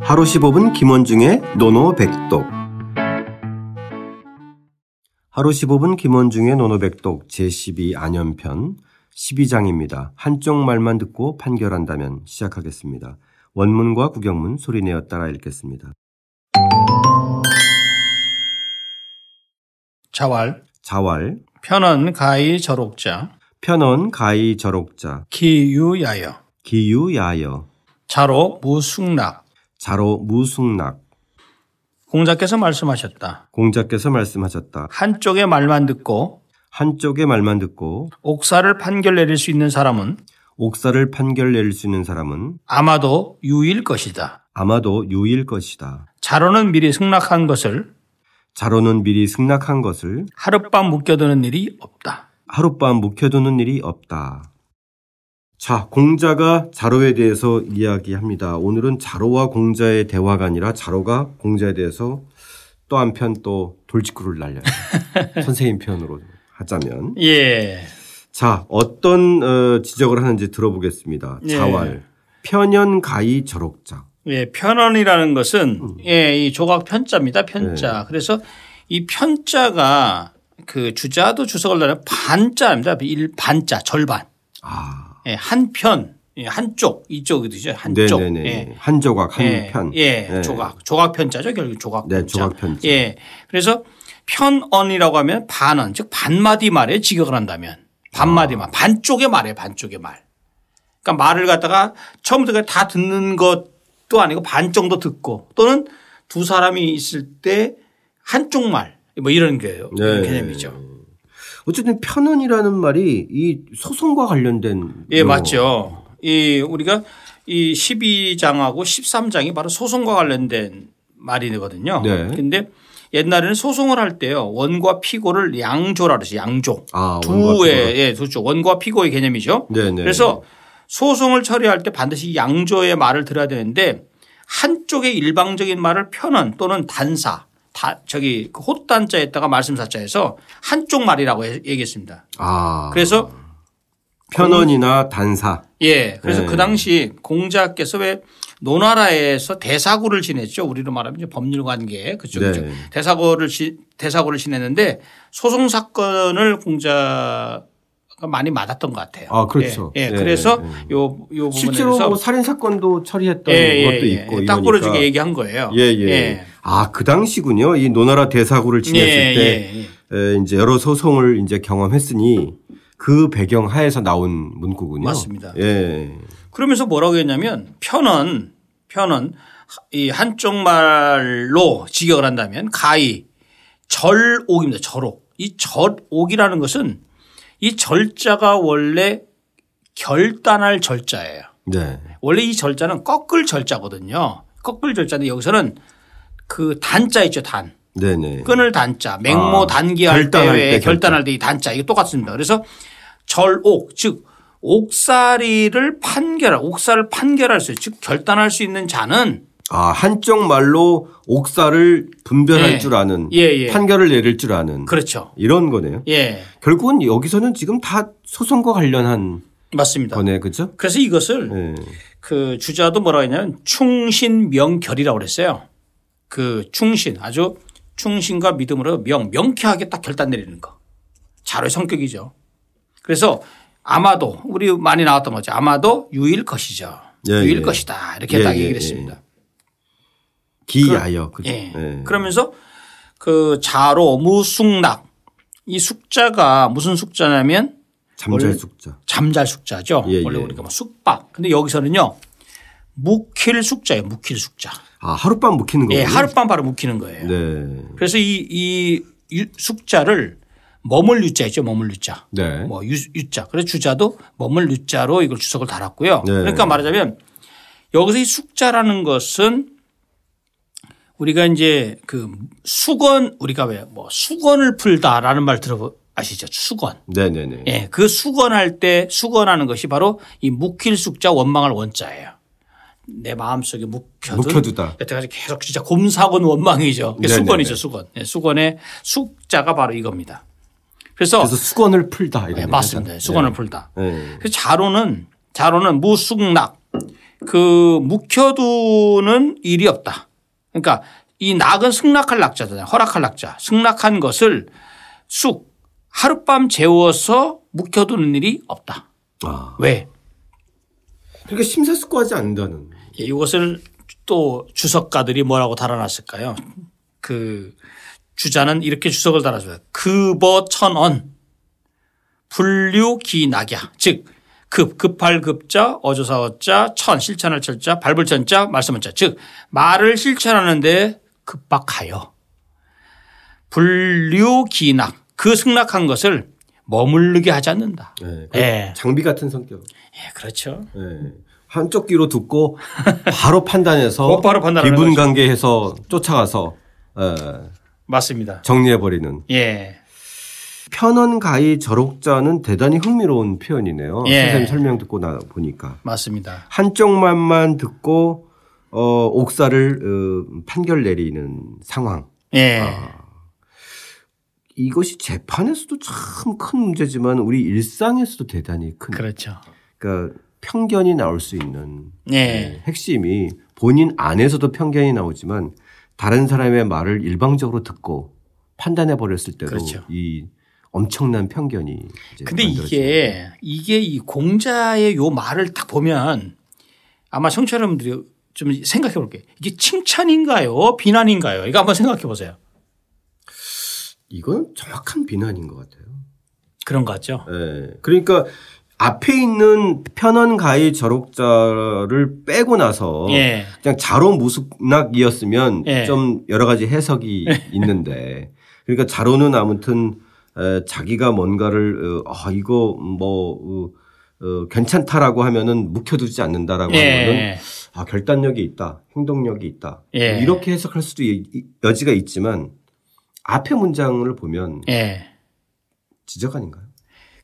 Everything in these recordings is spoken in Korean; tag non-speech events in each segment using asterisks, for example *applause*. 하루 15분 김원중의 노노백독 하루 15분 김원중의 노노백독 제12 안연편 12장입니다. 한쪽 말만 듣고 판결한다면 시작하겠습니다. 원문과 구경문 소리내어 따라 읽겠습니다. 자왈, 자왈, 편언 가이 절옥자, 편언 가이 절옥자, 기유야여, 기유야여, 자로 무숙락. 자로 무숙락, 공자께서 말씀하셨다. 공자께서 말씀하셨다. 한쪽의 말만 듣고 한쪽의 말만 듣고 옥사를 판결 내릴 수 있는 사람은 옥사를 판결 내릴 수 있는 사람은 아마도 유일 것이다. 아마도 유일 것이다. 자로는 미리 승락한 것을 자로는 미리 승낙한 것을 하룻밤 묶여드는 일이 없다. 하룻밤 묵혀두는 일이 없다. 자, 공자가 자로에 대해서 이야기합니다. 오늘은 자로와 공자의 대화가 아니라 자로가 공자에 대해서 또 한편 또 돌직구를 *laughs* 날려요. 선생님 표현으로 하자면. 예, 자, 어떤 어, 지적을 하는지 들어보겠습니다. 예. 자왈. 편연가이 절옥자. 예, 편언이라는 것은 예, 이 조각 편자입니다. 편자. 그래서 이 편자가 그 주자도 주석을 나는 반자입니다. 일 반자 절반. 아. 예, 한편, 예, 한쪽, 이쪽이죠. 한쪽. 네네네. 예. 한 조각, 한 예, 편. 예, 예. 조각. 조각 편자죠. 결국 조각 네, 편자. 조각 편자. 예. 그래서 편언이라고 하면 반언, 즉 반마디 말에 직역을 한다면 아. 반마디 말, 반쪽의 말에 반쪽의 말. 그러니까 말을 갖다가 처음부터 그냥 다 듣는 것도 아니고 반 정도 듣고 또는 두 사람이 있을 때 한쪽 말 뭐 이런 게요. 네. 개념이죠. 어쨌든 편언이라는 말이 이 소송과 관련된 예, 용어. 맞죠. 이 우리가 이 12장하고 13장이 바로 소송과 관련된 말이거든요. 네. 근데 옛날에는 소송을 할 때요. 원과 피고를 양조라 그러지 양조. 아, 원과 두의 예, 두죠. 원과 피고의 개념이죠. 네, 네. 그래서 소송을 처리할 때 반드시 양조의 말을 들어야 되는데 한쪽의 일방적인 말을 편언 또는 단사 다 저기 그 헛단자에다가 말씀사자에서 한쪽 말이라고 해- 얘기했습니다. 아, 그래서 편언이나 단사. 예. 그래서 네. 그 당시 공자께서 왜 노나라에서 대사고를 지냈죠. 우리로 말하면 이제 법률 관계 그쪽이죠. 네. 대사고를 지- 대사고를 지냈는데 소송 사건을 공자가 많이 맞았던 것 같아요. 아, 그렇죠. 예. 예. 네. 그래서 요 요 실제로 뭐 부분에서 예, 살인 사건도 처리했던 것도 있고 딱 이러니까. 부러지게 얘기한 거예요. 예, 예. 예. 아, 그 당시군요. 이 노나라 대사고를 지냈을 예, 때 예, 예. 에, 이제 여러 소송을 이제 경험했으니 그 배경 하에서 나온 문구군요. 맞습니다. 예. 그러면서 뭐라고 했냐면 편은 편은 이 한쪽 말로 직역을 한다면 가히 절옥입니다. 절옥. 이 절옥이라는 것은 이 절자가 원래 결단할 절자예요. 네. 원래 이 절자는 꺾을 절자거든요. 꺾을 절자인데 여기서는 그 단자 있죠. 단. 네, 네. 끈을 단자, 맹모 아, 단기할 때, 결단할 때 왜 결단할 때 이 단자 이게 똑같습니다. 그래서 절옥 즉 옥살이를 판결할 옥살을 판결할 수, 있- 즉 결단할 수 있는 자는 아, 한쪽 말로 옥사를 분별할 예. 줄 아는 예, 예. 판결을 내릴 줄 아는 그렇죠. 이런 거네요. 예, 결국은 여기서는 지금 다 소송과 관련한 맞습니다. 거네, 그죠? 그래서 이것을 예. 그 주자도 뭐라 했냐면 충신 명결이라고 그랬어요. 그 충신 아주 충신과 믿음으로 명 명쾌하게 딱 결단 내리는 거. 자로의 성격이죠. 그래서 아마도 우리 많이 나왔던 거죠. 아마도 유일 것이죠. 예, 유일 예. 것이다. 이렇게 예, 딱 예, 얘기를 예. 했습니다. 기야여, 그죠? 예. 예. 그러면서 그 자로 무숙락 이 숙자가 무슨 숙자냐면 잠잘 숙자. 잠잘 숙자죠. 예, 원래 예. 우리가 뭐 숙박. 근데 여기서는요. 묵힐 숙자예요. 묵힐 숙자. 아, 하룻밤 묵히는 거군요. 예, 하룻밤 바로 묵히는 거예요. 네. 그래서 이, 이 유- 숙자를 머물 유자 있죠. 머물 유자. 네. 뭐 유, 유자. 그래서 주자도 머물 유자로 이걸 주석을 달았고요. 네. 그러니까 말하자면 여기서 이 숙자라는 것은 우리가 이제 그 수건 우리가 왜 뭐 수건을 풀다라는 말 들어 아시죠? 수건. 네네네. 예, 그 수건할 때 수건하는 것이 바로 이 묵힐 숙자 원망할 원자예요. 내 마음속에 묵혀둔 묵혀두다. 여태까지 계속 진짜 곰사건 원망이죠. 그게 네네네. 수건이죠, 수건. 예, 수건의 숙자가 바로 이겁니다. 그래서, 그래서 네, 수건을 풀다. 네. 예, 이런 예. 맞습니다. 얘기죠. 수건을 풀다. 예. 그래서 자로는 자로는 무숙락 그 묵혀두는 일이 없다. 그러니까 이 낙은 승낙할 낙자잖아요. 허락할 낙자. 승낙한 것을 쑥 하룻밤 재워서 묵혀두는 일이 없다. 아. 왜? 그러니까 심사숙고하지 않는다는. 예, 이것을 또 주석가들이 뭐라고 달아놨을까요? 그 주자는 이렇게 주석을 달아줘요. 급어천언 분류기낙야 즉급 급할 급자 어조사어자 천 실천할 철자 밟을 천자 말씀할 자즉 말을 실천하는데 급박하여 분류기낙 그 승낙한 것을 머무르게 하지 않는다. 예. 예, 장비 같은 성격. 예 그렇죠. 예. 한쪽 귀로 듣고 바로 판단해서 *laughs* 곧바로 판단하는 기분 거죠. 관계해서 쫓아가서 예, 맞습니다. 정리해 버리는. 예. 편언 가히 저록자는 대단히 흥미로운 표현이네요. 예. 선생님 설명 듣고 나 보니까 맞습니다. 한쪽만만 듣고 어, 옥사를 어, 판결 내리는 상황. 예. 이것이 재판에서도 참 큰 문제지만 우리 일상에서도 대단히 큰. 그렇죠. 그러니까 편견이 나올 수 있는 네, 예. 핵심이 본인 안에서도 편견이 나오지만 다른 사람의 말을 일방적으로 듣고 판단해 버렸을 때도 그렇죠. 이 엄청난 편견이. 이제 근데 만들어지는 이게 이게 이 공자의 요 말을 딱 보면 아마 청취자 여러분들이 좀 생각해 볼게요. 이게 칭찬인가요? 비난인가요? 이거 한번 생각해 보세요. 이건 정확한 비난인 것 같아요. 그런 것 같죠? 예. 그러니까 앞에 있는 편언 가히 저록자를 빼고 나서 예. 그냥 자로 무승낙이었으면 예. 좀 여러 가지 해석이 있는데 그러니까 자로는 아무튼 에, 자기가 뭔가를 어, 아, 이거 뭐 어, 어, 괜찮다라고 하면은 묵혀두지 않는다라고 하면은 예. 아 결단력이 있다, 행동력이 있다 예. 이렇게 해석할 수도 이- 이- 여지가 있지만 앞에 문장을 보면 예. 지적 아닌가요?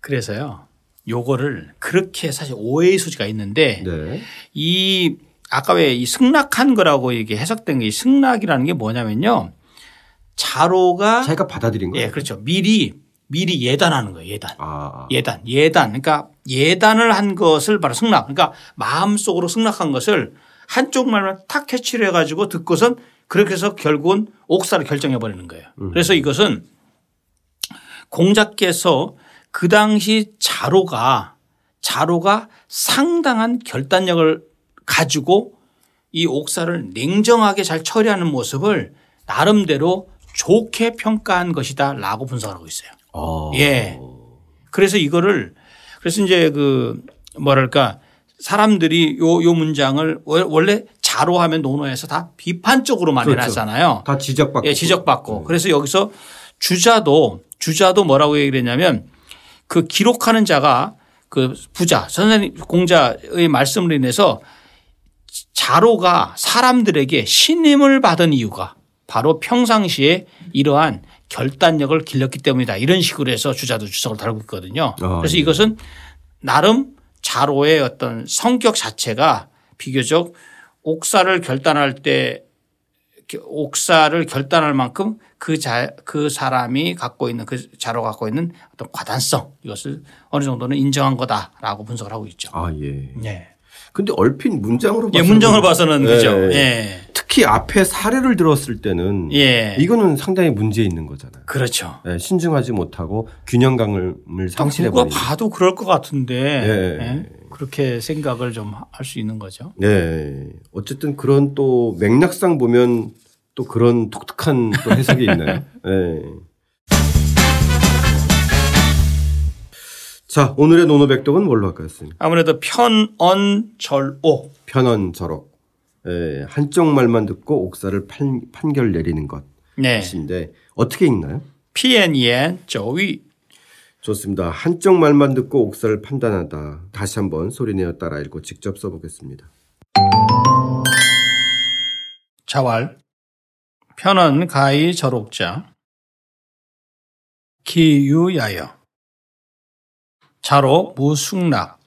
그래서요. 요거를 그렇게 사실 오해의 소지가 있는데 네. 이 아까 왜 이 승낙한 거라고 이게 해석된 게 승낙이라는 게 뭐냐면요. 자로가 자기가 받아들인 거예요. 예, 그렇죠. 미리 미리 예단하는 거예요. 예단. 아, 아. 예단, 예단. 그러니까 예단을 한 것을 바로 승낙. 그러니까 마음속으로 승낙한 것을 한쪽 말만 탁 캐치를 해가지고 듣고선 그렇게 해서 결국은 옥사를 결정해 버리는 거예요. 그래서 이것은 공자께서 그 당시 자로가 자로가 상당한 결단력을 가지고 이 옥사를 냉정하게 잘 처리하는 모습을 나름대로 좋게 평가한 것이다라고 분석하고 있어요. 어. 예. 그래서 이거를 그래서 이제 그 뭐랄까 사람들이 요, 요 문장을 월- 원래 자로 하면 논어에서 다 비판적으로만 그렇죠. 해놨잖아요. 다 지적받고. 음. 예, 지적받고. 그래서 여기서 주자도 주자도 뭐라고 얘기를 했냐면 그 기록하는 자가 그 부자 선생님 공자의 말씀을 인해서 자로가 사람들에게 신임을 받은 이유가 바로 평상시에 이러한 결단력을 길렀기 때문이다. 이런 식으로 해서 주자도 주석을 달고 있거든요. 아, 그래서 예. 이것은 나름 자로의 어떤 성격 자체가 비교적 옥사를 결단할 때 옥사를 결단할 만큼 그 자, 그 사람이 갖고 있는 그 자로 갖고 있는 어떤 과단성 이것을 어느 정도는 인정한 거다라고 분석을 하고 있죠. 아, 예. 예. 근데 얼핏 문장으로 예, 봐서는 문정을 봐서는 예. 그죠. 예. 특히 앞에 사례를 들었을 때는 예. 이거는 상당히 문제 있는 거잖아요. 그렇죠. 예, 신중하지 못하고 균형감을 상실해 누가 버리는. 봐도 그럴 것 같은데 예. 예? 그렇게 생각을 좀 할 수 있는 거죠. 네. 어쨌든 그런 또 맥락상 보면 또 그런 독특한 또 해석이 *laughs* 있네요. 네. 자, 오늘의 노노백독은 뭘로 할까요, 선생님? 아무래도 편언절오 편언 저럭. 예, 한쪽 말만 듣고 옥사를 판, 판결 내리는 네. 것인데 어떻게 읽나요? PNEN 예 저위 좋습니다. 한쪽 말만 듣고 옥사를 판단하다. 다시 한번 소리내어 따라 읽고 직접 써보겠습니다. 자왈 편언 가히 절옥자 기유야여 자로 무숙락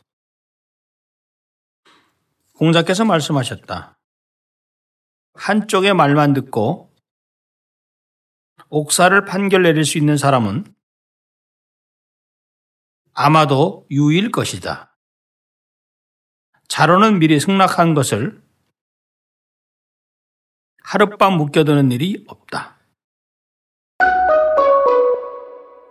공자께서 말씀하셨다. 한쪽의 말만 듣고 옥사를 판결 내릴 수 있는 사람은 아마도 유일 것이다. 자로는 미리 승낙한 것을 하룻밤 묶여두는 일이 없다.